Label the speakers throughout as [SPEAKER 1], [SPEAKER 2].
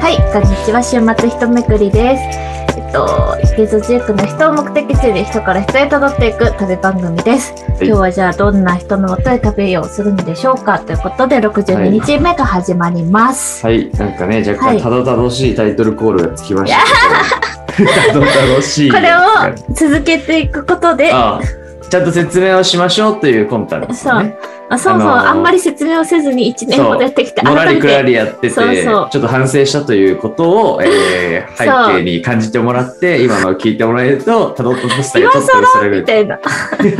[SPEAKER 1] はい、こんにちは。週末ひとめくりです。えっと、ゲゾジークの人を目的地で人から人へ辿っていく旅番組です。
[SPEAKER 2] い
[SPEAKER 1] 今日はじゃあどんな人のもとで旅をするのでしょうかということで、62日目が始まります。
[SPEAKER 2] はい、なんかね、若
[SPEAKER 1] は
[SPEAKER 2] 干
[SPEAKER 1] い
[SPEAKER 2] たどたどしいタイトルコールがつきましたけど、 たどたどしい。
[SPEAKER 1] これを続けていくことで、
[SPEAKER 2] ああちゃんと説明をしましょうというコンタクトですね。
[SPEAKER 1] まあそもそも
[SPEAKER 2] あのー
[SPEAKER 1] あんまり説明をせずに1年ほどやってきて、
[SPEAKER 2] のらり
[SPEAKER 1] 改め
[SPEAKER 2] くら
[SPEAKER 1] て、
[SPEAKER 2] りやってて
[SPEAKER 1] そうそう
[SPEAKER 2] ちょっと反省したということを、えー背
[SPEAKER 1] そう
[SPEAKER 2] 景に感じてもらって、今のを聞いてもらえると、たどたどしたりちょっとそれぐ
[SPEAKER 1] み
[SPEAKER 2] らい。
[SPEAKER 1] たいな。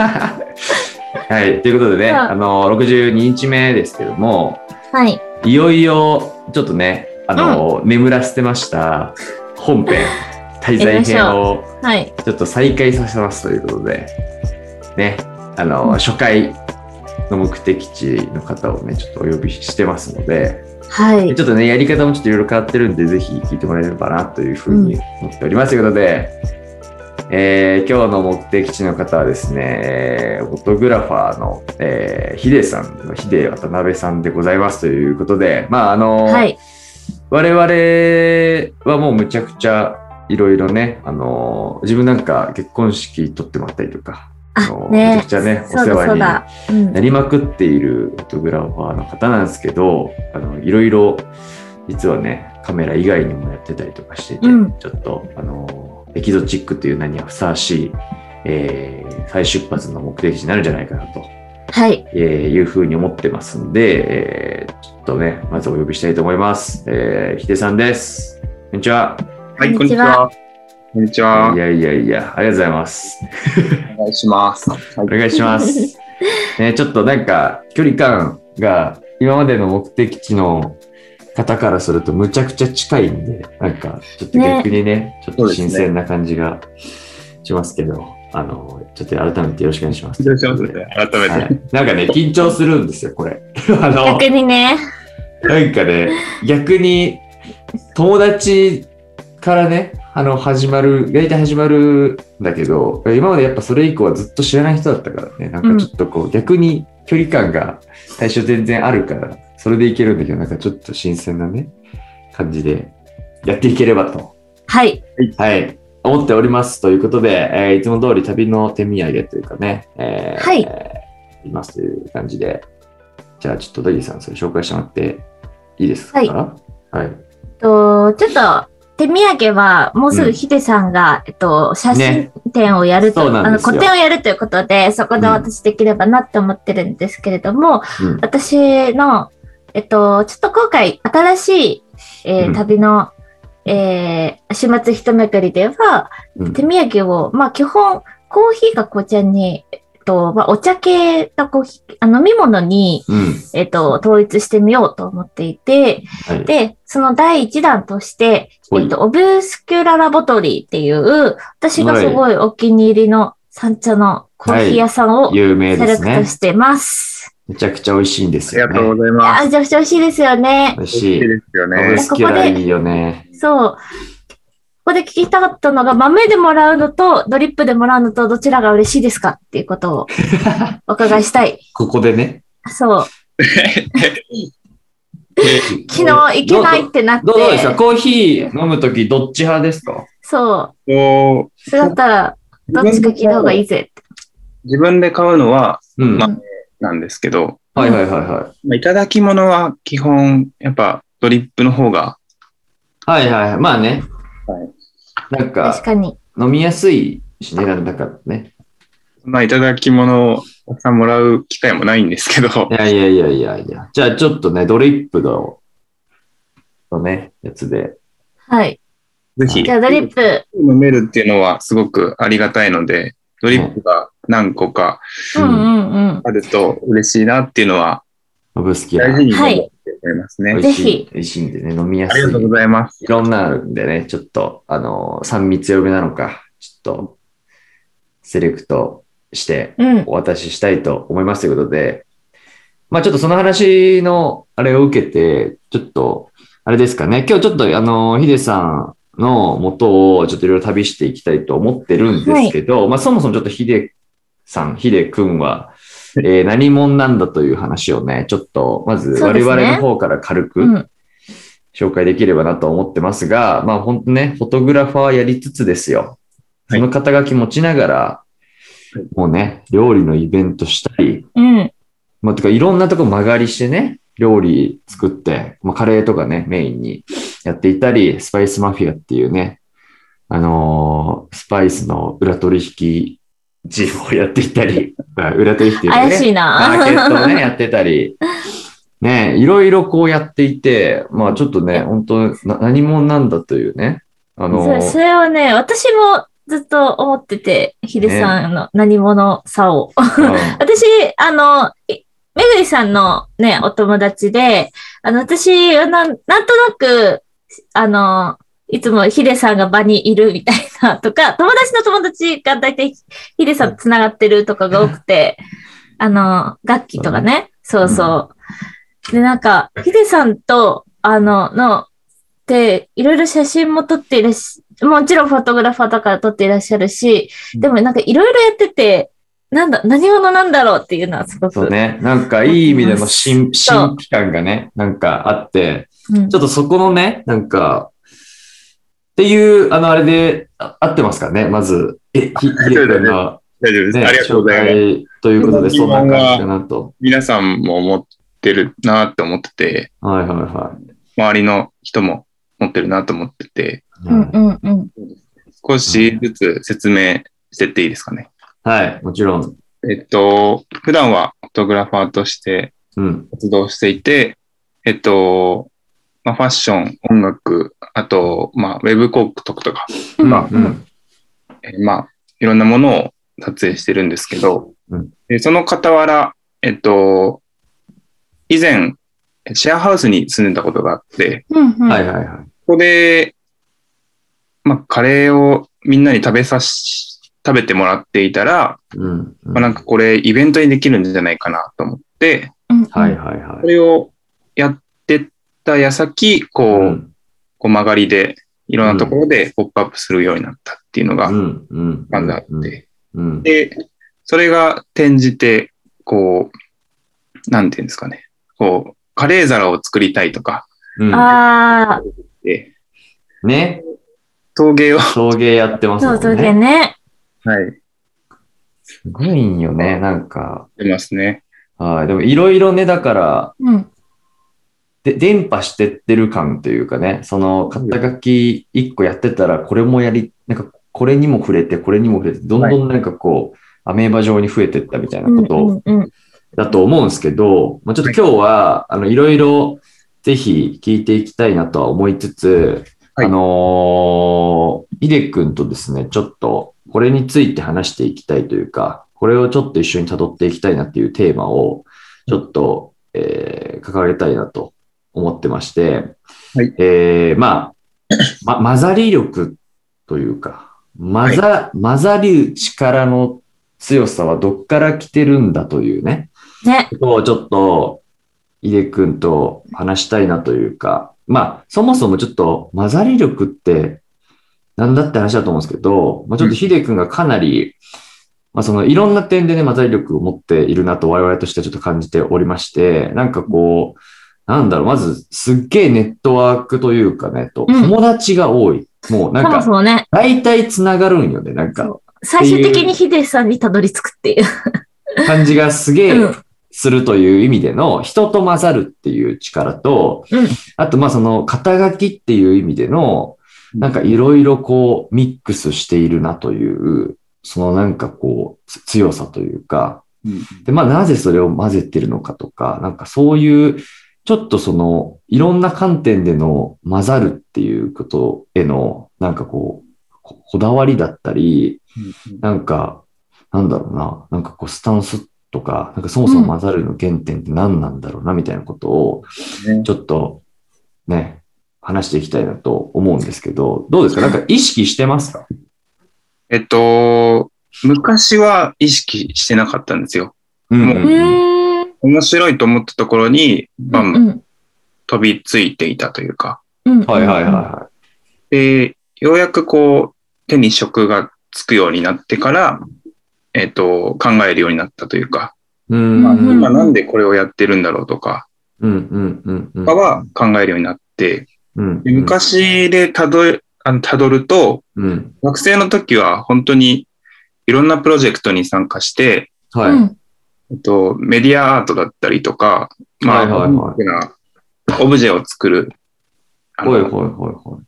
[SPEAKER 2] はい、ということでね、
[SPEAKER 1] そう
[SPEAKER 2] あの、62日目ですけども、
[SPEAKER 1] はい。
[SPEAKER 2] いよいよ、ちょっとね、あの、眠らせてました本編、滞在編を
[SPEAKER 1] はい。
[SPEAKER 2] ちょっと再開させますということで、ね、あの、
[SPEAKER 1] うん
[SPEAKER 2] 初回の目的地の方をね、ちょっとお呼びしてますので、
[SPEAKER 1] はい
[SPEAKER 2] ち。ょっとね、やり方もちょっといろいろ変わってるんで、ぜひ聞いてもらえればなというふうに思っております。ということで、えー今日の目的地の方はですね、えーフォトグラファーの、えーヒデさんのヒデ渡辺さんでございますということで、まあ、あの、
[SPEAKER 1] はい。
[SPEAKER 2] 我々はもうむちゃくちゃいろいろね、あの自分なんか結婚式取ってもらったりとか、あ
[SPEAKER 1] あ
[SPEAKER 2] の、め
[SPEAKER 1] ね
[SPEAKER 2] ちゃくちゃね、お
[SPEAKER 1] そ
[SPEAKER 2] 世
[SPEAKER 1] うだそう
[SPEAKER 2] 話
[SPEAKER 1] だ。うん
[SPEAKER 2] にな。りまくっているフォトグラファーの方なんですけど、あのいろいろ実はね、カメラ以外にもやってたりとかしてて、
[SPEAKER 1] うん
[SPEAKER 2] ちょっとあのエキゾチックという名にはふさわしい、えー再出発の目的地になるんじゃないかなと
[SPEAKER 1] はい。
[SPEAKER 2] えーいうふうに思ってますんで、えーちょっとね、まずお呼びしたいと思います。えー、ヒデさんです。こんにちは。。
[SPEAKER 3] はい、こんにちは。こんにちはい
[SPEAKER 2] やいやいや、ありがとうございます。
[SPEAKER 3] お願いします。はい
[SPEAKER 2] お願いし ます。ね、ちょっとなんか、距離感が今までの目的地の方からするとむちゃくちゃ近いんで、なんか、ちょっと逆にね、ちょっ
[SPEAKER 3] そう
[SPEAKER 2] と
[SPEAKER 3] ですね
[SPEAKER 2] 新鮮な感じがしますけど、あの、ちょっと改めてよろしくお願いします。
[SPEAKER 3] 失礼しますね。改めて。
[SPEAKER 2] はいなんかね、緊張するんですよ、これ。 あの
[SPEAKER 1] 逆にね。
[SPEAKER 2] なんかね、逆に友達からね、あの始まる、大体始まるんだけど、今までやっぱそれ以降はずっと知らない人だったからね、なんかちょっとこう、逆に距離感が最初全然あるから、それでいけるんだけど、なんかちょっと新鮮なね、感じでやっていければと、
[SPEAKER 1] はい。
[SPEAKER 2] はい、思っておりますということで、えーいつも通り旅の手土産というかね、えー
[SPEAKER 1] はい
[SPEAKER 2] いますという感じで、じゃあちょっとダギーさん、それ紹介してもらっていいですか
[SPEAKER 1] はい
[SPEAKER 2] はい
[SPEAKER 1] と、ちょっと、手土産は、もうすぐヒデさんが、えっと、写真展をやると、
[SPEAKER 2] ねそうなん
[SPEAKER 1] あの、
[SPEAKER 2] ですよ
[SPEAKER 1] 個展をやるということで、そこで私できればなって思ってるんですけれども、
[SPEAKER 2] うん
[SPEAKER 1] 私の、えっと、ちょっと今回、新しい、えー
[SPEAKER 2] うん
[SPEAKER 1] 旅の、えー週末一めくりでは、
[SPEAKER 2] うん
[SPEAKER 1] 手土産を、まあ、基本、コーヒーか紅茶に、えっと、まあ、お茶系とコーヒー、あ飲み物に、
[SPEAKER 2] うん
[SPEAKER 1] えっと、統一してみようと思っていて、
[SPEAKER 2] はい
[SPEAKER 1] で、その第1弾として、
[SPEAKER 2] ほい
[SPEAKER 1] えっと、オブスキュララボトリーっていう、私がすごいお気に入りの三茶のコーヒー屋さんをセ
[SPEAKER 2] 有名で
[SPEAKER 1] レ
[SPEAKER 2] す
[SPEAKER 1] クト
[SPEAKER 2] ね。
[SPEAKER 1] してます。
[SPEAKER 2] めちゃくちゃ美味しいんです
[SPEAKER 3] あ
[SPEAKER 2] よ
[SPEAKER 3] りがとう
[SPEAKER 2] ね。
[SPEAKER 3] ござ
[SPEAKER 1] い
[SPEAKER 3] い
[SPEAKER 1] や
[SPEAKER 3] ま
[SPEAKER 1] ー、
[SPEAKER 3] す。
[SPEAKER 1] めちゃくちゃ美味しいですよ
[SPEAKER 2] 美
[SPEAKER 1] ね。
[SPEAKER 2] 味
[SPEAKER 3] 美味
[SPEAKER 2] し
[SPEAKER 3] しい
[SPEAKER 2] い。
[SPEAKER 3] ですよ
[SPEAKER 2] オ
[SPEAKER 3] ね
[SPEAKER 2] ブ。スキュラいいよね。
[SPEAKER 1] そう。ここで聞きたかったのが、豆でもらうのと、ドリップでもらうのと、どちらが嬉しいですかっていうこ とをお伺いしたい。
[SPEAKER 2] ここでね。
[SPEAKER 1] そう。昨
[SPEAKER 2] 昨
[SPEAKER 1] 日行けないってなって
[SPEAKER 2] どうどうですかコーヒー飲むときどっち派ですか
[SPEAKER 1] そう。
[SPEAKER 3] こう
[SPEAKER 1] それだったら、どっちか聞いた方がいいぜって。
[SPEAKER 3] 自分で買うのは
[SPEAKER 2] うん。
[SPEAKER 3] ま
[SPEAKER 2] は
[SPEAKER 3] あなんですけど、
[SPEAKER 2] いはいはいは
[SPEAKER 3] まあいただき物は基本、やっぱドリップの方が、
[SPEAKER 2] い。はいはい。まあね。
[SPEAKER 3] はい
[SPEAKER 2] なん
[SPEAKER 1] 確
[SPEAKER 2] か、
[SPEAKER 1] かに。
[SPEAKER 2] 飲みやすいしね、なんだかね。
[SPEAKER 3] まあいただき物をたくさんもらう機会もないんです けど、
[SPEAKER 2] いやいやいやいやいや。じゃあちょっとね、ドリップの、のね、やつで。
[SPEAKER 1] はい。
[SPEAKER 3] ぜひ、
[SPEAKER 1] じゃあ、ドリップ。
[SPEAKER 3] 飲めるっていうのはすごくありがたいので、ドリップが何個か
[SPEAKER 1] うんうんうん。
[SPEAKER 3] あると嬉しいなっていうのは
[SPEAKER 2] オブスキュ
[SPEAKER 3] 大
[SPEAKER 2] ラ
[SPEAKER 3] 事。に思って思いますね。
[SPEAKER 2] 美
[SPEAKER 1] い
[SPEAKER 2] 味し
[SPEAKER 1] ぜ
[SPEAKER 2] い
[SPEAKER 1] ひ。
[SPEAKER 2] 美味しいんでね、飲みや
[SPEAKER 3] あ
[SPEAKER 2] す
[SPEAKER 3] り
[SPEAKER 2] い。
[SPEAKER 3] がとうございます。
[SPEAKER 2] いろんなのあるんでね、ちょっと、あの、3密強めなのか、ちょっと、セレクトして
[SPEAKER 1] うん。
[SPEAKER 2] お渡ししたいと思いますということで、まあちょっとその話のあれを受けて、ちょっと、あれですかね、今日ちょっとあの、ヒデさんの元をちょっといろいろ旅していきたいと思ってるんですけど、まあそもそもちょっとヒデさん、ヒデくんは、えー何者なんだという話をね、ちょっと、まず
[SPEAKER 1] そう
[SPEAKER 2] 我
[SPEAKER 1] ですね
[SPEAKER 2] 々の方から軽く、
[SPEAKER 1] うん。
[SPEAKER 2] 紹介できればなと思ってますが、まあ本当ね、フォトグラファーやりつつですよ。そ
[SPEAKER 3] はい
[SPEAKER 2] の肩書き持ちながら、もうね、料理のイベントしたり、
[SPEAKER 1] うん。
[SPEAKER 2] まあとかいろんなとこ曲がりしてね、料理作って、まあカレーとかね、メインにやっていたり、スパイスマフィアっていうね、あのースパイスの裏取引事業をやっていたり、 まあ裏取引っていうかね、
[SPEAKER 1] 怪しい
[SPEAKER 2] マーケットを
[SPEAKER 1] な。
[SPEAKER 2] ね、やってた り、ね、いろいろこうやっていて、まあちょっとね、本当な何者なんだというね、あ
[SPEAKER 1] そ
[SPEAKER 2] の
[SPEAKER 1] う、、それはね、私もずっと思ってて、ヒデさんの何者さを。私、あの、いめぐりさんのね、お友達で、あの、私はなん、なんとなく、あの、いつもヒデさんが場にいるみたいな とか、友達の友達が大体ヒデさんと繋がってるとかが多くて、あの、楽器とかね、そうそう。で、なんか、ヒデさんと、あの、の、で、いろいろ写真も撮っていらっしもちろんフォトグラファーだから撮っていらっしゃるし、でもなんかいろいろやってて、なんだ、何者なんだろうっていうのはすごく。
[SPEAKER 2] そうね、なんかいい意味での新新規感がね、なんかあって、
[SPEAKER 1] うん
[SPEAKER 2] ちょっとそこのね、なんか、っていう、あの、あれで、あ合ってますかね、まず、え、ひ、ひでくんが、
[SPEAKER 3] 大丈夫です。
[SPEAKER 2] ね
[SPEAKER 3] ありがとう
[SPEAKER 2] 紹
[SPEAKER 3] ございます。
[SPEAKER 2] 介ということで、そんな感じかなと。
[SPEAKER 3] 皆さんも持ってるなって思ってて、
[SPEAKER 2] はいはいは
[SPEAKER 3] 周りの人も持ってるなと思ってて、
[SPEAKER 2] い。
[SPEAKER 1] うんうんうん。
[SPEAKER 3] 少しずつ説明してっていいですかね。
[SPEAKER 2] はい、もちろん。
[SPEAKER 3] えっと、普段はフォトグラファーとして
[SPEAKER 2] うん。
[SPEAKER 3] 活動していて、えっと、まあ、ファッション、音楽、あと、まあ、ウェブ広告とか、
[SPEAKER 2] うん
[SPEAKER 3] まあ
[SPEAKER 2] うん。
[SPEAKER 3] えーまあ、いろんなものを撮影してるんですけど、
[SPEAKER 2] うん
[SPEAKER 3] えーその傍ら、えっと、以前、シェアハウスに住んでたことがあって、
[SPEAKER 1] うんうん。
[SPEAKER 2] はいはいはい。
[SPEAKER 3] ここで、まあ、カレーをみんなに食べさし、食べてもらっていたら、
[SPEAKER 2] うん。
[SPEAKER 3] まあ、なんかこれイベントにできるんじゃないかなと思って、
[SPEAKER 1] うんうん
[SPEAKER 2] はいはいは
[SPEAKER 3] こ
[SPEAKER 2] い。
[SPEAKER 3] れをやってった矢先、こう、
[SPEAKER 2] うん
[SPEAKER 3] こう曲がりで、いろんなところでポップアップするようになったっていうのが、
[SPEAKER 2] うんうん。
[SPEAKER 3] まずあって、
[SPEAKER 2] うん。
[SPEAKER 3] で、それが転じて、こう、なんていうんですかね。こう、カレー皿を作りたいとか、
[SPEAKER 2] うん。
[SPEAKER 1] ああ、
[SPEAKER 3] で
[SPEAKER 2] ね。
[SPEAKER 3] 陶芸を、
[SPEAKER 2] 陶芸やってます
[SPEAKER 1] そ
[SPEAKER 2] も
[SPEAKER 1] う、そ
[SPEAKER 2] ん
[SPEAKER 1] う
[SPEAKER 2] ね。
[SPEAKER 1] でね。
[SPEAKER 3] はい、やっ
[SPEAKER 2] すごいんよね、なんか。
[SPEAKER 3] てますね。
[SPEAKER 2] はい。でもいろいろね、だから、
[SPEAKER 1] うん。
[SPEAKER 2] で、伝播してってる感というかね、その、肩書き一個やってたら、これもやり、なんか、これにも触れて、これにも触れて、どんどんなんかこう、アメーバ状に増えてったみたいな
[SPEAKER 1] うん
[SPEAKER 2] こ
[SPEAKER 1] う
[SPEAKER 2] とを
[SPEAKER 1] んうん。
[SPEAKER 2] だと思うんですけど、まあ、ちょっと今日は、あの、いろいろ、ぜひ聞いていきたいなとは思いつつ、
[SPEAKER 3] はい
[SPEAKER 2] あのー、ヒデ君とですね、ちょっと、これについて話していきたいというか、これをちょっと一緒に辿っていきたいなっていうテーマを、ちょっと、えー掲げたいなと思ってまして、
[SPEAKER 3] はい
[SPEAKER 2] えーまあ、ま、混ざり力というか、混ざ、混ざり力の強さはどっから来てるんだというね、
[SPEAKER 1] ね。
[SPEAKER 2] ことをちょっと、井出くんと話したいなというか、まあ、そもそもちょっと混ざり力って、なんだって話だと思うんですけど、まあ、ちょっと秀くんがかなり、まあ、そのいろんな点でね、混ざり力を持っているなと我々としてはちょっと感じておりまして、なんかこう、なんだろう、まずすっげえネットワークというかね、と、
[SPEAKER 1] うん
[SPEAKER 2] 友達が多い。もうな
[SPEAKER 1] そ
[SPEAKER 2] ん
[SPEAKER 1] も
[SPEAKER 2] か、
[SPEAKER 1] そもね、
[SPEAKER 2] 大体繋がるんよね、なんか、
[SPEAKER 1] 最終的にヒデさんにたどり着くっていう。
[SPEAKER 2] 感じがすげえ
[SPEAKER 1] うん
[SPEAKER 2] するという意味での人と混ざるっていう力と、
[SPEAKER 1] うん
[SPEAKER 2] あとまあその肩書きっていう意味でのなんかいろいろこうミックスしているなというそのなんかこうつ強さというかでまあなぜそれを混ぜてるのかとかなんかそういうちょっとそのいろんな観点での混ざるっていうことへのなんかこうここだわりだったりなんか、なんだろうな、なんかこう、スタンスとか、なんかそもそも混ざるの原点って何なんだろうな、みたいなことを、
[SPEAKER 3] ね
[SPEAKER 2] ちょっと、ね、話していきたいなと思うんですけど、どうですかなんか意識してますか
[SPEAKER 3] えっと、昔は意識してなかったんですよ。
[SPEAKER 2] うん
[SPEAKER 1] うーん。
[SPEAKER 3] 面白いと思ったところに、バ
[SPEAKER 1] う
[SPEAKER 3] ン
[SPEAKER 1] ん
[SPEAKER 3] 飛びついていたというか。
[SPEAKER 1] うん。
[SPEAKER 2] はいはいはいは
[SPEAKER 3] で、ようやくこう、手に職がつくようになってから、えっと、考えるようになったというか、
[SPEAKER 2] い。うん
[SPEAKER 1] まあうん
[SPEAKER 3] 今なんでこれをやってるんだろうとか、
[SPEAKER 2] うんうんうんうん。
[SPEAKER 3] とかは考えるようになって、
[SPEAKER 2] うん。
[SPEAKER 3] で、昔でたどるあのたどると、
[SPEAKER 2] うん。
[SPEAKER 3] 学生の時は本当にいろんなプロジェクトに参加して、
[SPEAKER 2] はい。
[SPEAKER 1] うん
[SPEAKER 3] えっと、メディアアートだったりとか、まあ、
[SPEAKER 2] はいはいはい
[SPEAKER 3] 大きなオブジェを作るあの
[SPEAKER 2] ほいほいほいほい。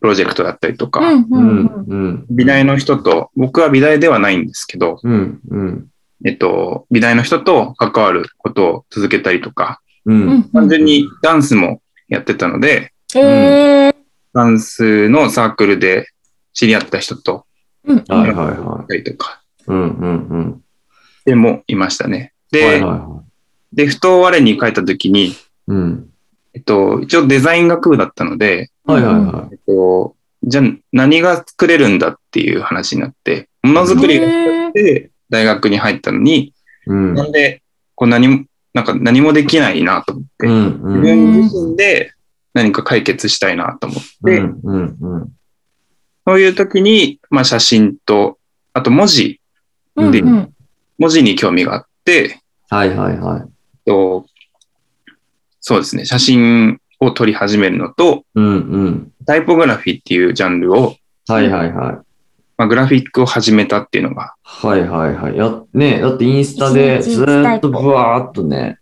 [SPEAKER 3] プロジェクトだったりとか、
[SPEAKER 1] うん
[SPEAKER 2] う
[SPEAKER 1] う
[SPEAKER 2] ん
[SPEAKER 1] んうん。
[SPEAKER 2] うん。
[SPEAKER 3] 美大の人と、僕は美大ではないんですけど、
[SPEAKER 2] うんうん。
[SPEAKER 3] えっと、美大の人と関わることを続けたりとか、
[SPEAKER 2] う。
[SPEAKER 1] うんんう
[SPEAKER 3] 単
[SPEAKER 1] ん
[SPEAKER 3] 純にダンスもやってたので、
[SPEAKER 1] えー
[SPEAKER 3] ダンスのサークルで知り合った人と
[SPEAKER 1] うんう
[SPEAKER 2] はい
[SPEAKER 1] ん
[SPEAKER 2] はいはい
[SPEAKER 3] たりとか、。
[SPEAKER 2] うんうんうん。
[SPEAKER 3] でもいましたね。で、
[SPEAKER 2] はいはいは
[SPEAKER 3] で、ふと我に書いた時に、
[SPEAKER 2] い。うん。
[SPEAKER 3] えっと、一応デザイン学部だったので、
[SPEAKER 2] はいはいは
[SPEAKER 3] えっと、じゃあ何が作れるんだっていう話になって、ものづくりが
[SPEAKER 1] えー
[SPEAKER 3] で大学に入ったのに、
[SPEAKER 2] い。うん。
[SPEAKER 3] なんで、こう何も、なんか何もできないなと思って、
[SPEAKER 2] うんう
[SPEAKER 3] 自
[SPEAKER 2] ん。
[SPEAKER 3] 分自身で何か解決したいなと思って、
[SPEAKER 2] うんうんうん。
[SPEAKER 3] そういう時に、まあ写真と、あと文字、
[SPEAKER 1] うんうん
[SPEAKER 3] 文字に興味があって、
[SPEAKER 2] はいはいはい。
[SPEAKER 3] とそうですね、写真を撮り始めるのと、
[SPEAKER 2] うんうん。
[SPEAKER 3] タイポグラフィーっていうジャンルを、
[SPEAKER 2] はいはいはい。
[SPEAKER 3] まあ、グラフィックを始めたっていうのが、
[SPEAKER 2] はいはいはい。や、ね、だってインスタで
[SPEAKER 1] 一日
[SPEAKER 2] ずー
[SPEAKER 1] 一
[SPEAKER 2] っと
[SPEAKER 1] タイプ
[SPEAKER 2] ぶわーっとね、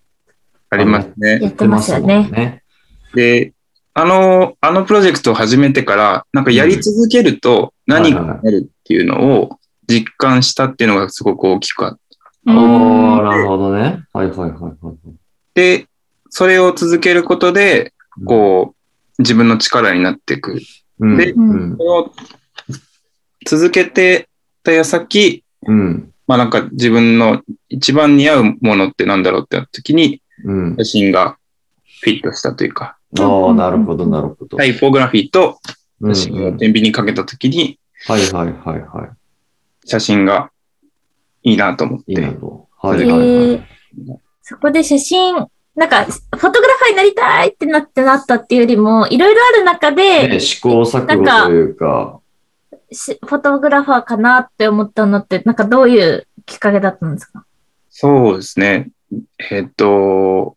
[SPEAKER 3] ありますね。
[SPEAKER 1] やってますよ
[SPEAKER 2] やって。
[SPEAKER 1] ね
[SPEAKER 2] もんね。
[SPEAKER 3] で、あの、あのプロジェクトを始めてから、なんかやり続けると何かになるっていうのを実感したっていうのがすごく大きくあっ
[SPEAKER 1] う
[SPEAKER 2] おー、
[SPEAKER 1] ん
[SPEAKER 2] なるほどね。はいはいはいはい。
[SPEAKER 3] て、それを続けることで、こう、自分の力になっていく。
[SPEAKER 2] うん、
[SPEAKER 3] で
[SPEAKER 2] うん
[SPEAKER 3] そ。れを続けてた矢先、
[SPEAKER 2] うん。
[SPEAKER 3] まあなんか自分の一番似合うものってなんだろうってなった時に、
[SPEAKER 2] うん。
[SPEAKER 3] 写真がフィットしたというか、
[SPEAKER 2] あー、なるほどなるほど。
[SPEAKER 3] タ
[SPEAKER 2] い。
[SPEAKER 3] イポグラフィーと
[SPEAKER 2] うんう
[SPEAKER 3] 写
[SPEAKER 2] ん
[SPEAKER 3] 真を天秤にかけた時に、
[SPEAKER 2] はいはいはいは
[SPEAKER 3] 写真がいいなと思っ
[SPEAKER 2] い。いいな
[SPEAKER 3] て、
[SPEAKER 2] と。はいはいは
[SPEAKER 1] え
[SPEAKER 2] い。
[SPEAKER 1] ーそこで写真、なんか、フォトグラファーになりたいってなってなったっていうよりも、いろいろある中
[SPEAKER 2] ね、
[SPEAKER 1] で、
[SPEAKER 2] 試行錯誤というか、
[SPEAKER 1] しフォトグラファーかなって思ったのって、なんかどういうきっかけだったんですか
[SPEAKER 3] そうですね。えっと、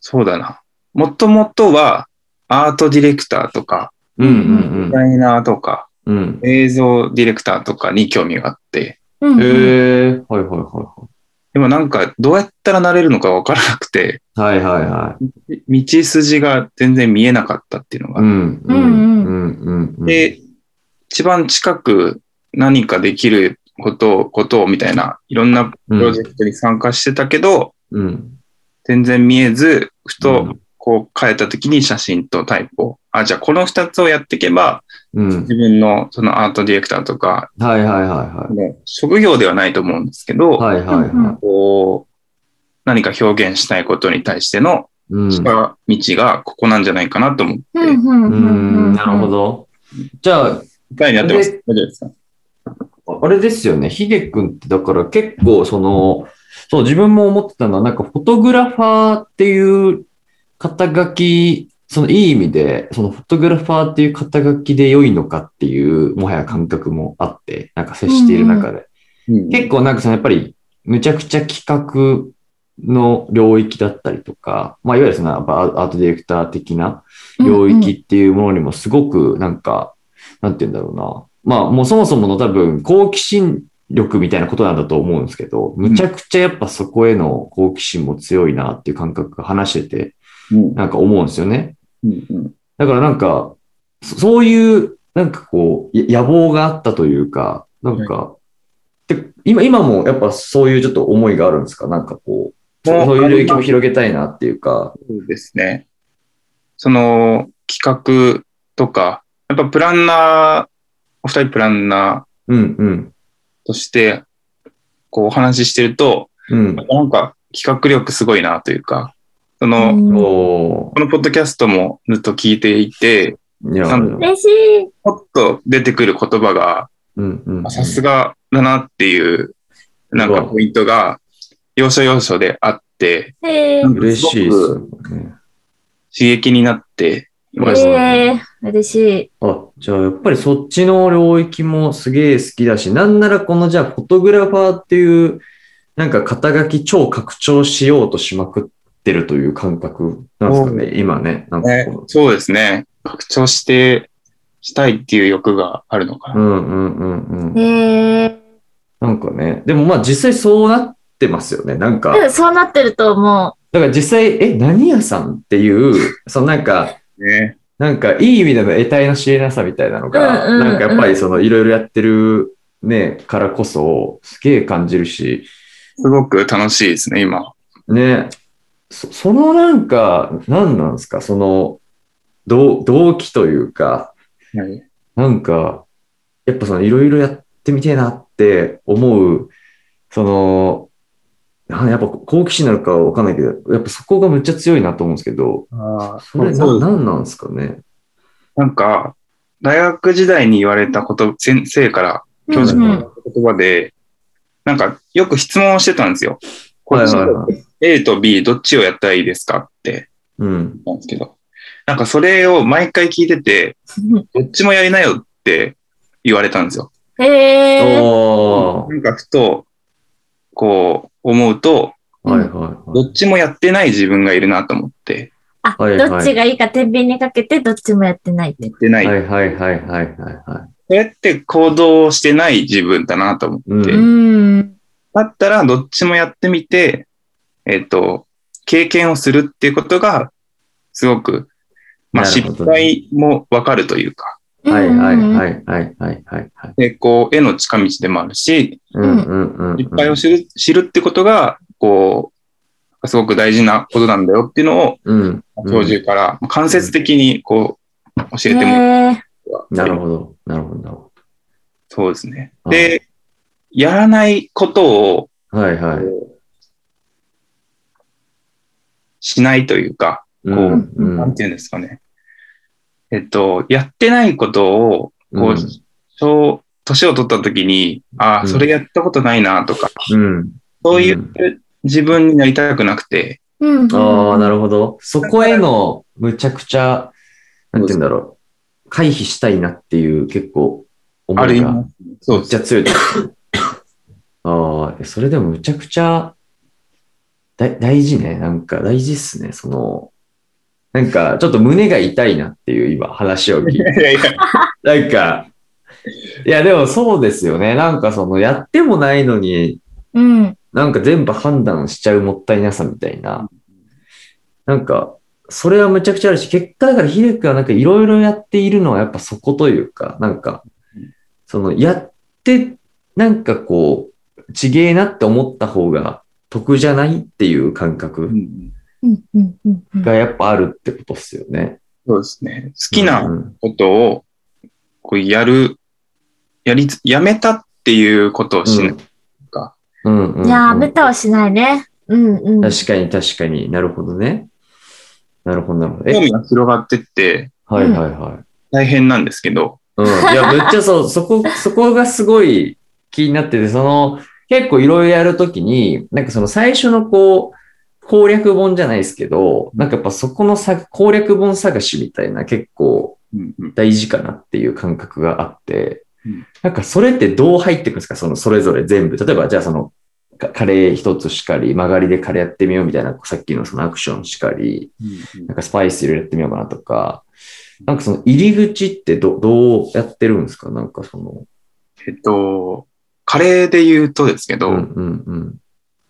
[SPEAKER 3] そうだな。もともとはアートディレクターとか、
[SPEAKER 2] うんう
[SPEAKER 3] デ
[SPEAKER 2] ん
[SPEAKER 3] ザイナーとか、
[SPEAKER 2] うん。
[SPEAKER 3] 映像ディレクターとかに興味があって、
[SPEAKER 1] うんうん
[SPEAKER 2] うん。へー、はいはいは
[SPEAKER 3] でもなんかどうやったらなれるのかわからなくて、
[SPEAKER 2] いはい。はいはいはい。
[SPEAKER 3] 道筋が全然見えなかったっていうのが
[SPEAKER 2] う
[SPEAKER 3] あっ
[SPEAKER 2] んうんうんうんうん。
[SPEAKER 3] て、一番近く何かできることを、ことをみたいな、いろんな
[SPEAKER 2] う
[SPEAKER 3] プ
[SPEAKER 2] ん、
[SPEAKER 3] ロジェクトに参加してたけど、
[SPEAKER 2] うん。
[SPEAKER 3] 全然見えず、ふ
[SPEAKER 2] う
[SPEAKER 3] と
[SPEAKER 2] ん
[SPEAKER 3] こう変えた時に写真とタイプを。あ、じゃあこの二つをやっていけば、
[SPEAKER 2] うん。
[SPEAKER 3] 自分のそのアートディレクターとか、
[SPEAKER 2] はいはいはいはい。
[SPEAKER 3] ね職業ではないと思うんですけど、
[SPEAKER 2] はいはいは
[SPEAKER 3] こう、何か表現したいことに対しての
[SPEAKER 2] い。うん。
[SPEAKER 3] 近道がここなんじゃないかなと思って、
[SPEAKER 1] うんう
[SPEAKER 2] う
[SPEAKER 1] んうんう
[SPEAKER 2] ん、
[SPEAKER 1] ん
[SPEAKER 2] なるほ。ど。じゃあ、
[SPEAKER 3] 答えになってます。大丈夫ですか
[SPEAKER 2] あれですよね、ヒゲ君って、だから結構、その、そう、自分も思ってたのは、なんか、フォトグラファーっていう肩書き、その、いい意味で、その、フォトグラファーっていう肩書きで良いのかっていう、もはや感覚もあって、なんか接している中で。
[SPEAKER 3] うん
[SPEAKER 2] 結構なんかそのやっぱりむちゃくちゃ企画の領域だったりとか、まあ、いわゆるそのやっぱアアートディレクター的な領域っていうものにもすごくなんか、なんて言うんだろうな。まあもうそもそもの多分好奇心力みたいなことなんだと思うんですけど、むちゃくちゃやっぱそこへの好奇心も強いなっていう感覚が話してて、
[SPEAKER 3] うん
[SPEAKER 2] なんか思うんですよね。
[SPEAKER 3] うんうん
[SPEAKER 2] だからなんか、そそういう、なんかこう、や野望があったというか、なんか、で今今もやっぱそういうちょっと思いがあるんですかなんかこう、そ
[SPEAKER 3] も
[SPEAKER 2] そう
[SPEAKER 3] う
[SPEAKER 2] いう領域を広げたいなっていうか。
[SPEAKER 3] そうですね。その企画とか、やっぱプランナー、お二人プランナー、
[SPEAKER 2] うんうん。
[SPEAKER 3] として、こうお話ししてると、
[SPEAKER 2] うん。
[SPEAKER 3] なんか企画力すごいなというか、そうの、
[SPEAKER 1] んうん
[SPEAKER 2] お
[SPEAKER 3] このポッドキャストもずっと聞いていて、
[SPEAKER 2] ーいや、
[SPEAKER 3] なん
[SPEAKER 2] うん
[SPEAKER 1] 嬉しい。
[SPEAKER 3] もっと出てくる言葉が、
[SPEAKER 2] うん。
[SPEAKER 3] あさすがだなっていう、なんかポイントが、要所要所であって、
[SPEAKER 1] え
[SPEAKER 3] な
[SPEAKER 1] ー
[SPEAKER 3] んか
[SPEAKER 2] 嬉
[SPEAKER 3] すごく
[SPEAKER 2] しいっすね。
[SPEAKER 3] 刺激になっていました。
[SPEAKER 1] えー嬉しい。
[SPEAKER 2] あ、じゃあやっぱりそっちの領域もすげえ好きだし、なんならこのじゃあフォトグラファーっていう、なんか肩書き超拡張しようとしまくってってるという感覚なんですかね、今ね。なんか
[SPEAKER 3] ね
[SPEAKER 2] こう、
[SPEAKER 3] そうですね。拡張して、したいっていう欲があるのか
[SPEAKER 2] う
[SPEAKER 3] な。
[SPEAKER 2] んうんうんうん。
[SPEAKER 1] へえ。
[SPEAKER 2] なんかね、でもまあ実際そうなってますよね。なんか、
[SPEAKER 1] うんそうなってると思
[SPEAKER 2] だから実際、え、何屋さんっていう、そのなんか、
[SPEAKER 3] ね。
[SPEAKER 2] なんかいい意味での得体の知れなさみたいなのが、
[SPEAKER 1] うんうんうん
[SPEAKER 2] なんかやっぱりそのいろいろやってるね、からこそ、すげえ感じるし、
[SPEAKER 3] すごく楽しいですね、今。
[SPEAKER 2] ね、そそのなんか、何なんですか、その、動動機というか、
[SPEAKER 3] はい
[SPEAKER 2] なんか、やっぱそのいろいろやってみてえなって思う、その、なんやっぱ好奇心なのかわかんないけど、やっぱそこがむっちゃ強いなと思うんですけど、それな
[SPEAKER 3] そう
[SPEAKER 2] なんなんですかね。
[SPEAKER 3] なんか、大学時代に言われたこと、先生から、
[SPEAKER 1] う。
[SPEAKER 3] 教授
[SPEAKER 1] う
[SPEAKER 3] の
[SPEAKER 1] んう
[SPEAKER 3] 言
[SPEAKER 1] ん
[SPEAKER 3] 葉で、なんか、よく質問をしてたんですよ。これ、
[SPEAKER 2] はいはいはい
[SPEAKER 3] A と B どっちをやったらいいですかって
[SPEAKER 2] うん。
[SPEAKER 3] 言ったんですけど、なんかそれを毎回聞いてて、どっちもやりなよって言われたんですよ。
[SPEAKER 1] へえ。
[SPEAKER 2] おー
[SPEAKER 3] なんかふと、こう思うと、
[SPEAKER 2] はいはいは
[SPEAKER 3] どっちもやってない自分がいるなと思って、
[SPEAKER 1] あ、
[SPEAKER 2] はいはい。
[SPEAKER 1] どっちがいいか天秤にかけてどっちもやってないって
[SPEAKER 3] や。ってないい。
[SPEAKER 2] はいはいはいはいはいはい。
[SPEAKER 3] これって行動してない自分だなと思って、
[SPEAKER 2] うん
[SPEAKER 1] うん。
[SPEAKER 3] だったらどっちもやってみて、えっ、と、経験をするっていうことが、すごく、
[SPEAKER 2] な
[SPEAKER 3] まあ、
[SPEAKER 2] る
[SPEAKER 3] 失
[SPEAKER 2] ほどね
[SPEAKER 3] 敗もわかるというか、
[SPEAKER 2] はいはい
[SPEAKER 1] うんうん
[SPEAKER 2] はいはいはいはいはい。
[SPEAKER 3] 成功への近道でもあるし、
[SPEAKER 2] うんうんうんうん。
[SPEAKER 3] 失敗を知る知るってことが、こう、すごく大事なことなんだよっていうのを、
[SPEAKER 2] うん。うん
[SPEAKER 3] 教授から間接的にこう、教えてもらっ
[SPEAKER 1] へえ。
[SPEAKER 3] た。
[SPEAKER 2] なるほど。なるほどなるほ
[SPEAKER 3] そうですね。で、やらないことを
[SPEAKER 2] ど。はいはい。
[SPEAKER 3] しないというか、
[SPEAKER 2] う
[SPEAKER 3] こうん
[SPEAKER 2] うん
[SPEAKER 3] なんていうんですかね。えっと、やってないことを、
[SPEAKER 2] う
[SPEAKER 3] こう、
[SPEAKER 2] ん
[SPEAKER 3] 小年を取った時に、あ
[SPEAKER 2] う
[SPEAKER 3] あ、
[SPEAKER 2] ん
[SPEAKER 3] それやったことないなとか、
[SPEAKER 2] うん。
[SPEAKER 3] そういう
[SPEAKER 2] うん
[SPEAKER 3] う自分になりたくなくて、
[SPEAKER 1] うんうん。
[SPEAKER 2] ああ、なるほど。そこへのむちゃくちゃ、なんて言うんだろう。回避したいなっていう結構思
[SPEAKER 3] ある
[SPEAKER 2] い
[SPEAKER 3] 意
[SPEAKER 2] が
[SPEAKER 3] 味、そう
[SPEAKER 2] め
[SPEAKER 3] で
[SPEAKER 2] っち
[SPEAKER 3] す。
[SPEAKER 2] ゃ強いと 思う。ああ、それでもむちゃくちゃだ大事ね。なんか大事っすね。その、なんかちょっと胸が痛いなっていう今話を聞いて。
[SPEAKER 3] いやいや、
[SPEAKER 2] なんか、いやでもそうですよね。なんかそのやってもないのに
[SPEAKER 1] うん。
[SPEAKER 2] なんか全部判断しちゃうもったいなさみたいな。なんか、それはむちゃくちゃあるし、結果だからヒデ君はなんかいろいろやっているのはやっぱそこというか、なんか
[SPEAKER 3] うん、
[SPEAKER 2] そのやって、なんかこう、ちげえなって思った方が得じゃないっていう感
[SPEAKER 3] う
[SPEAKER 2] 覚
[SPEAKER 3] ん
[SPEAKER 1] うんうんうんうん。
[SPEAKER 2] がやっぱあるってことっすよね。
[SPEAKER 3] そうですね。好
[SPEAKER 2] 好
[SPEAKER 3] きなことを、こうやる、やりつ、やめたっていうことをしないか。
[SPEAKER 2] うんうんうん
[SPEAKER 1] いやー、ベタはしないね。うんうん。
[SPEAKER 2] 確かに確かになるほどね。なるほどなるほど。
[SPEAKER 3] 興
[SPEAKER 2] え、
[SPEAKER 3] 味が広がってって
[SPEAKER 2] はいはいはい。
[SPEAKER 3] 大変なんですけど、
[SPEAKER 2] うん。いや、めっちゃそう、そこ、そこがすごい気になってて、その、結構いろいろやるときに、なんかその最初のこう、攻略本じゃないですけど、なんかやっぱそこのさ攻略本探しみたいな結構
[SPEAKER 3] うんうん
[SPEAKER 2] 大事かなっていう感覚があって
[SPEAKER 3] うん、
[SPEAKER 2] なんかそれってどう入ってくるんですかそのそれぞれ全部。例えばじゃあそのかカレー一つしかり、曲がりでカレーやってみようみたいな、さっきのそのアクションしかり、なんかスパイス入れてみようかなとか、なんかその入り口ってどどうやってるんですかなんかその。
[SPEAKER 3] えっと、カレーで言うとですけど、
[SPEAKER 2] うんうんうん。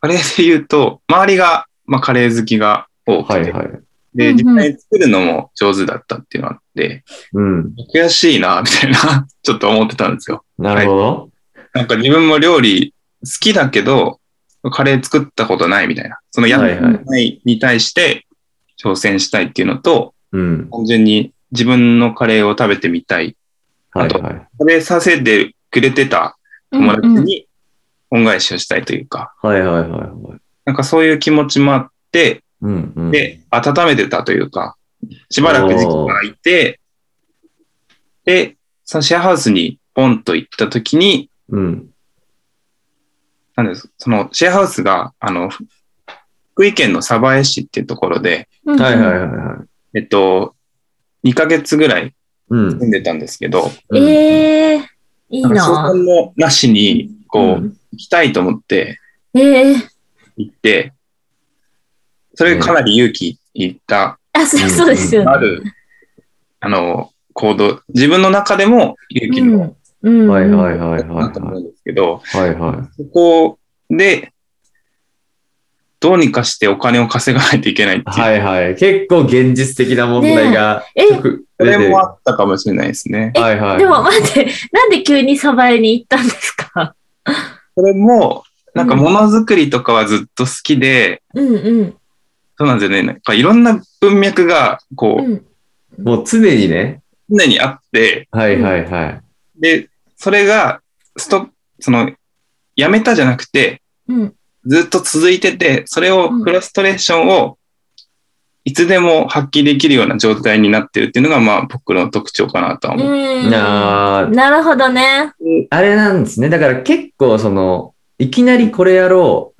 [SPEAKER 3] カレーで言うと、周りが、まあ、カレー好きが多くて、
[SPEAKER 2] はいはい。
[SPEAKER 3] で、
[SPEAKER 1] うんうん
[SPEAKER 3] 実際に作るのも上手だったっていうのがあって、
[SPEAKER 2] うん。
[SPEAKER 3] 悔しいな、みたいな、 ちょっと思ってたんですよ。
[SPEAKER 2] なるほど。
[SPEAKER 3] なんか自分も料理好きだけど、カレー作ったことないみたいな。そのやっ
[SPEAKER 2] は
[SPEAKER 3] て
[SPEAKER 2] いはい。
[SPEAKER 3] ないに対して挑戦したいっていうのと、
[SPEAKER 2] うん。
[SPEAKER 3] 単純に自分のカレーを食べてみたい。
[SPEAKER 2] はいはい。
[SPEAKER 3] 食べさせてくれてた友達
[SPEAKER 1] うんうん
[SPEAKER 3] に恩返しをしたいというか、
[SPEAKER 2] はいはいはいはい。
[SPEAKER 3] なんかそういう気持ちもあって、
[SPEAKER 2] うんうん。
[SPEAKER 3] で、温めてたというか、しばらく時期が空いて、で、そのシェアハウスにポンと行った時に、
[SPEAKER 2] うん。
[SPEAKER 3] なんです、そのシェアハウスが、あの、福井県の鯖江市っていうところで、
[SPEAKER 1] うん
[SPEAKER 2] はいはいはいはい。
[SPEAKER 3] えっと、2ヶ月ぐらい
[SPEAKER 2] うん
[SPEAKER 3] 住。んでたんですけど、
[SPEAKER 2] うん
[SPEAKER 1] ええいい
[SPEAKER 3] なんか
[SPEAKER 1] な
[SPEAKER 3] 相談もなしに、こう、
[SPEAKER 2] うん
[SPEAKER 3] 行きたいと思って
[SPEAKER 1] ええ
[SPEAKER 3] 行って、それかなり勇気いった、
[SPEAKER 1] あ、そ
[SPEAKER 2] うん
[SPEAKER 1] うそうですよね。
[SPEAKER 3] ある、あの、行動、自分の中でも勇気の
[SPEAKER 1] うん。うん。。
[SPEAKER 2] はいはいいはいはい
[SPEAKER 3] だと思うんですけど、
[SPEAKER 2] はい。はいは
[SPEAKER 3] そこで、どうにかしてお金を稼がないといけないっていう、
[SPEAKER 2] い。はいはい。結構現実的な問題が
[SPEAKER 1] ねええ
[SPEAKER 2] よく
[SPEAKER 3] そ
[SPEAKER 2] 出て
[SPEAKER 3] れ
[SPEAKER 2] る。
[SPEAKER 3] も
[SPEAKER 2] は
[SPEAKER 3] あったかもしれないですね。
[SPEAKER 2] いはい。
[SPEAKER 1] でも待って、なんで急にサバエに行ったんですか
[SPEAKER 3] それも、なんかものづくりとかはずっと好きで、
[SPEAKER 1] うんうん。
[SPEAKER 3] そうなんですよね。なんかいろんな文脈が、こ
[SPEAKER 1] うん。
[SPEAKER 2] もう常にね。
[SPEAKER 3] う、常にあって、
[SPEAKER 2] はいはいはい。
[SPEAKER 3] で、それが、ストップ、その、やめたじゃなくて、
[SPEAKER 1] うん。
[SPEAKER 3] ずっと続いてて、それを、
[SPEAKER 1] うん
[SPEAKER 3] フラストレーションを、いつでも発揮できるような状態になってるっていうのが、まあ、僕の特徴かなとは思う。
[SPEAKER 1] うん。
[SPEAKER 2] なあ、
[SPEAKER 1] なるほどね。
[SPEAKER 2] あれなんですね。だから結構その、いきなりこれやろ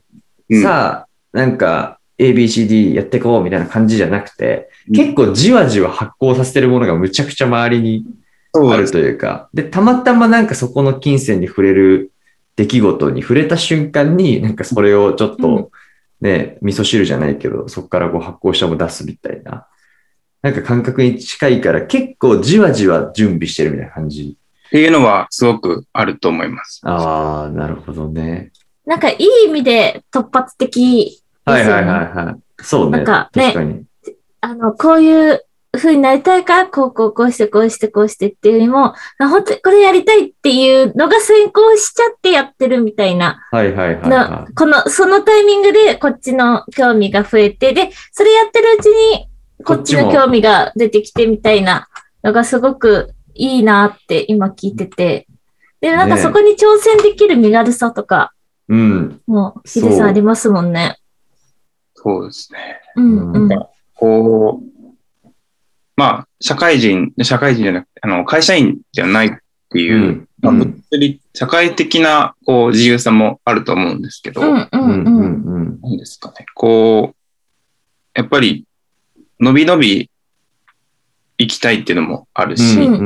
[SPEAKER 2] う。
[SPEAKER 3] うん
[SPEAKER 2] さあ、なんか ABCD やってこうみたいな感じじゃなくて、
[SPEAKER 3] うん
[SPEAKER 2] 結構じわじわ発酵させてるものがむちゃくちゃ周りに
[SPEAKER 3] そう
[SPEAKER 2] あ
[SPEAKER 3] で
[SPEAKER 2] る
[SPEAKER 3] す。
[SPEAKER 2] というか、で、たまたまなんかそこの金銭に触れる出来事に触れた瞬間に、なんかそれをちょっ
[SPEAKER 1] う
[SPEAKER 2] と、ね、味噌汁じゃないけど、そこからこう発酵したもの出すみたいな、なんか感覚に近いから結構じわじわ準備してるみたいな感じ。
[SPEAKER 3] っていうのは、すごくあると思います。
[SPEAKER 2] ああ、なるほどね。
[SPEAKER 1] なんかいい意味で突発的、
[SPEAKER 2] はいはいはいはい。そうね。
[SPEAKER 1] なんかね
[SPEAKER 2] 確かに。
[SPEAKER 1] あの、こういう風になりたいから、こうこうこうして、こうして、こうしてっていうよりも、あ本当にこれやりたいっていうのが先行しちゃってやってるみたいな。
[SPEAKER 2] はいはいはい、
[SPEAKER 1] な
[SPEAKER 2] は
[SPEAKER 1] この、そのタイミングでこっちの興味が増えて、で、それやってるうちに、
[SPEAKER 2] い。
[SPEAKER 1] こっちの
[SPEAKER 2] も
[SPEAKER 1] 興味が出てきてみたいなのがすごくいいなって今聞いてて。で、なんか
[SPEAKER 2] ねえ
[SPEAKER 1] そこに挑戦できる身軽さとか、
[SPEAKER 2] うん。
[SPEAKER 1] もう、ヒデ
[SPEAKER 2] そ
[SPEAKER 1] さ
[SPEAKER 2] うん
[SPEAKER 1] ありますもんね。
[SPEAKER 3] そうですね。
[SPEAKER 1] うん、うん。
[SPEAKER 3] こう、まあ、社会人、社会人じゃなくて、あの、会社員じゃないっていうう、
[SPEAKER 2] ん。
[SPEAKER 3] まあ
[SPEAKER 2] うん
[SPEAKER 3] 物理社会的な、こう、自由さもあると思うんですけど、
[SPEAKER 1] うん、う、
[SPEAKER 2] うんん。
[SPEAKER 1] う。
[SPEAKER 2] うんん。
[SPEAKER 3] なんですかね。こう、やっぱり、伸び伸び行きたいっていうのもあるし、
[SPEAKER 2] うん。うん。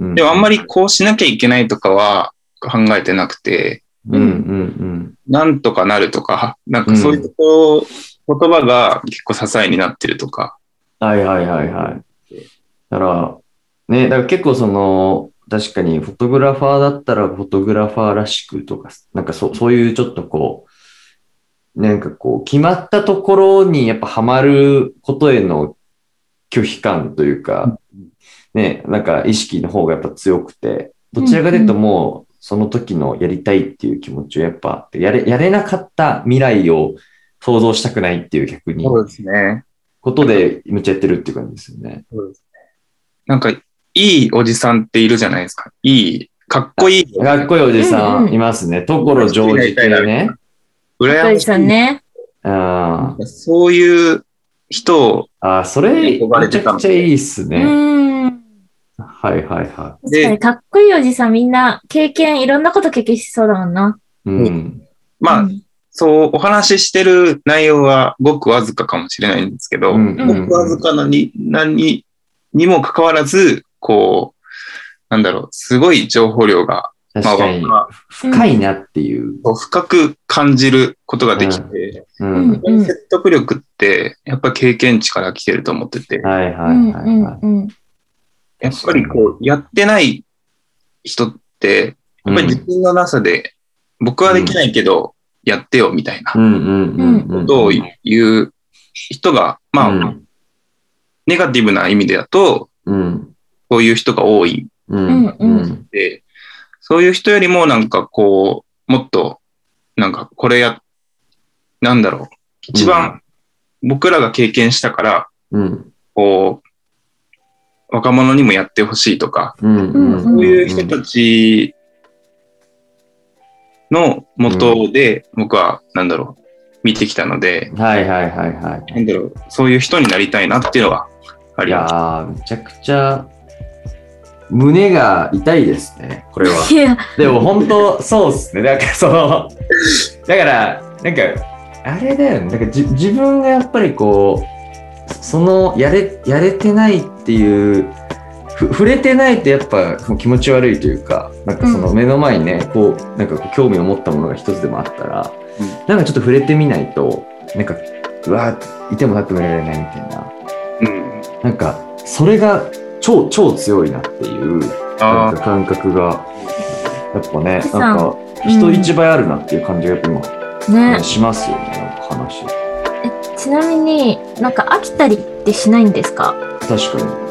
[SPEAKER 2] うん。
[SPEAKER 3] でもあんまりこうしなきゃいけないとかは考えてなくて、
[SPEAKER 2] うん。うん。うん。
[SPEAKER 3] なんとかなるとか、なんかそういうところ、言葉が結構支えになってるとか。
[SPEAKER 2] はいはいはいはい。だから、ね、だから結構その、確かにフォトグラファーだったらフォトグラファーらしくとか、なんかそそういうちょっとこう、なんかこう、決まったところにやっぱハマることへの拒否感というか、ね、なんか意識の方がやっぱ強くて、どちらかというともう、その時のやりたいっていう気持ちをやっぱ、やれ、やれなかった未来を想像したくないっていう逆に。
[SPEAKER 3] ですね。
[SPEAKER 2] ことでむっちゃやってるっていう感じですよね。
[SPEAKER 3] なんか、いいおじさんっているじゃないですか。いい、かっこいい。
[SPEAKER 2] かっこいいおじさ
[SPEAKER 1] うんうん
[SPEAKER 2] んいますね。ところジョージ系ね。
[SPEAKER 3] 羨
[SPEAKER 1] 小
[SPEAKER 3] ま
[SPEAKER 1] 西
[SPEAKER 3] し
[SPEAKER 1] さんね。
[SPEAKER 2] あー
[SPEAKER 3] い。そういう人を、
[SPEAKER 2] あー、それ、めちゃくちゃいいっす
[SPEAKER 1] う
[SPEAKER 2] ね。
[SPEAKER 1] ん。
[SPEAKER 2] はいはいは
[SPEAKER 1] 確かにかっこいいおじさんみんな経験、いろんなこと経験しそうだもんな。
[SPEAKER 2] い。うん。
[SPEAKER 3] まあ、
[SPEAKER 1] うん
[SPEAKER 3] そう、お話ししてる内容はごくわずかかもしれないんですけど、
[SPEAKER 2] うん
[SPEAKER 1] うん
[SPEAKER 3] ごくわずかなに、何にもかかわらず、こう、なんだろう、すごい情報量が、
[SPEAKER 2] 確かに
[SPEAKER 3] ま、あ、
[SPEAKER 2] 深いなっていう。
[SPEAKER 3] こう深く感じることができて、
[SPEAKER 2] う。
[SPEAKER 1] うんん、うん、
[SPEAKER 3] 説得力って、やっぱ経験値から来てると思ってて、
[SPEAKER 2] はいは
[SPEAKER 1] う
[SPEAKER 2] い
[SPEAKER 1] ん、
[SPEAKER 2] は
[SPEAKER 1] う
[SPEAKER 2] い
[SPEAKER 1] ん
[SPEAKER 2] は
[SPEAKER 1] うん。
[SPEAKER 3] やっぱりこう、やってない人って、
[SPEAKER 2] い。
[SPEAKER 3] やっぱり自信のなさで、僕はできないけど、やってよみたいな
[SPEAKER 2] う、んうんうんうん。
[SPEAKER 3] ことを言う人が、まあ、
[SPEAKER 2] うん
[SPEAKER 3] ネガティブな意味でだと、
[SPEAKER 2] うん。
[SPEAKER 3] そういう人が多い
[SPEAKER 2] うん
[SPEAKER 1] う
[SPEAKER 2] うんん。
[SPEAKER 3] んで、そういう人よりもなんかこう、もっと、なんかこれや、なんだろう、一番僕らが経験したから、
[SPEAKER 2] うん。
[SPEAKER 3] こう、若者にもやってほしいとか、
[SPEAKER 2] うんうん。
[SPEAKER 1] ん
[SPEAKER 3] そういう人たちの元で、僕は、なんだろう、見てきたので、
[SPEAKER 2] はいはいはいはい。
[SPEAKER 3] なんだろう、そういう人になりたいなっていうのはあ
[SPEAKER 2] い
[SPEAKER 3] り
[SPEAKER 2] や
[SPEAKER 3] ます。
[SPEAKER 2] ー、めちゃくちゃ、胸が痛いですね、これ は。
[SPEAKER 1] いや、
[SPEAKER 2] でも本当そうっすね。なんかその、だから、なんか、あれだよね。なんかじ自分がやっぱりこう、そのやれ、やれてないっていう、ふ触れてないとやっぱ気持ち悪いというか、なんかその目の前にね、こう、なんかこう興味を持ったものが一つでもあったら、
[SPEAKER 3] うん
[SPEAKER 2] なんかちょっと触れてみないと、なんかうわいても立ってもいられないみたいな
[SPEAKER 3] うん。
[SPEAKER 2] なんかそれが超超強いなっていうな
[SPEAKER 3] あ
[SPEAKER 2] んか感覚がやっぱね
[SPEAKER 1] さん
[SPEAKER 2] なんか人一倍あるなっていう感じがやっぱ今、
[SPEAKER 1] ね。
[SPEAKER 2] しますよねなんか話
[SPEAKER 1] ちなみになんか飽きたりってしないんですか
[SPEAKER 2] 確かに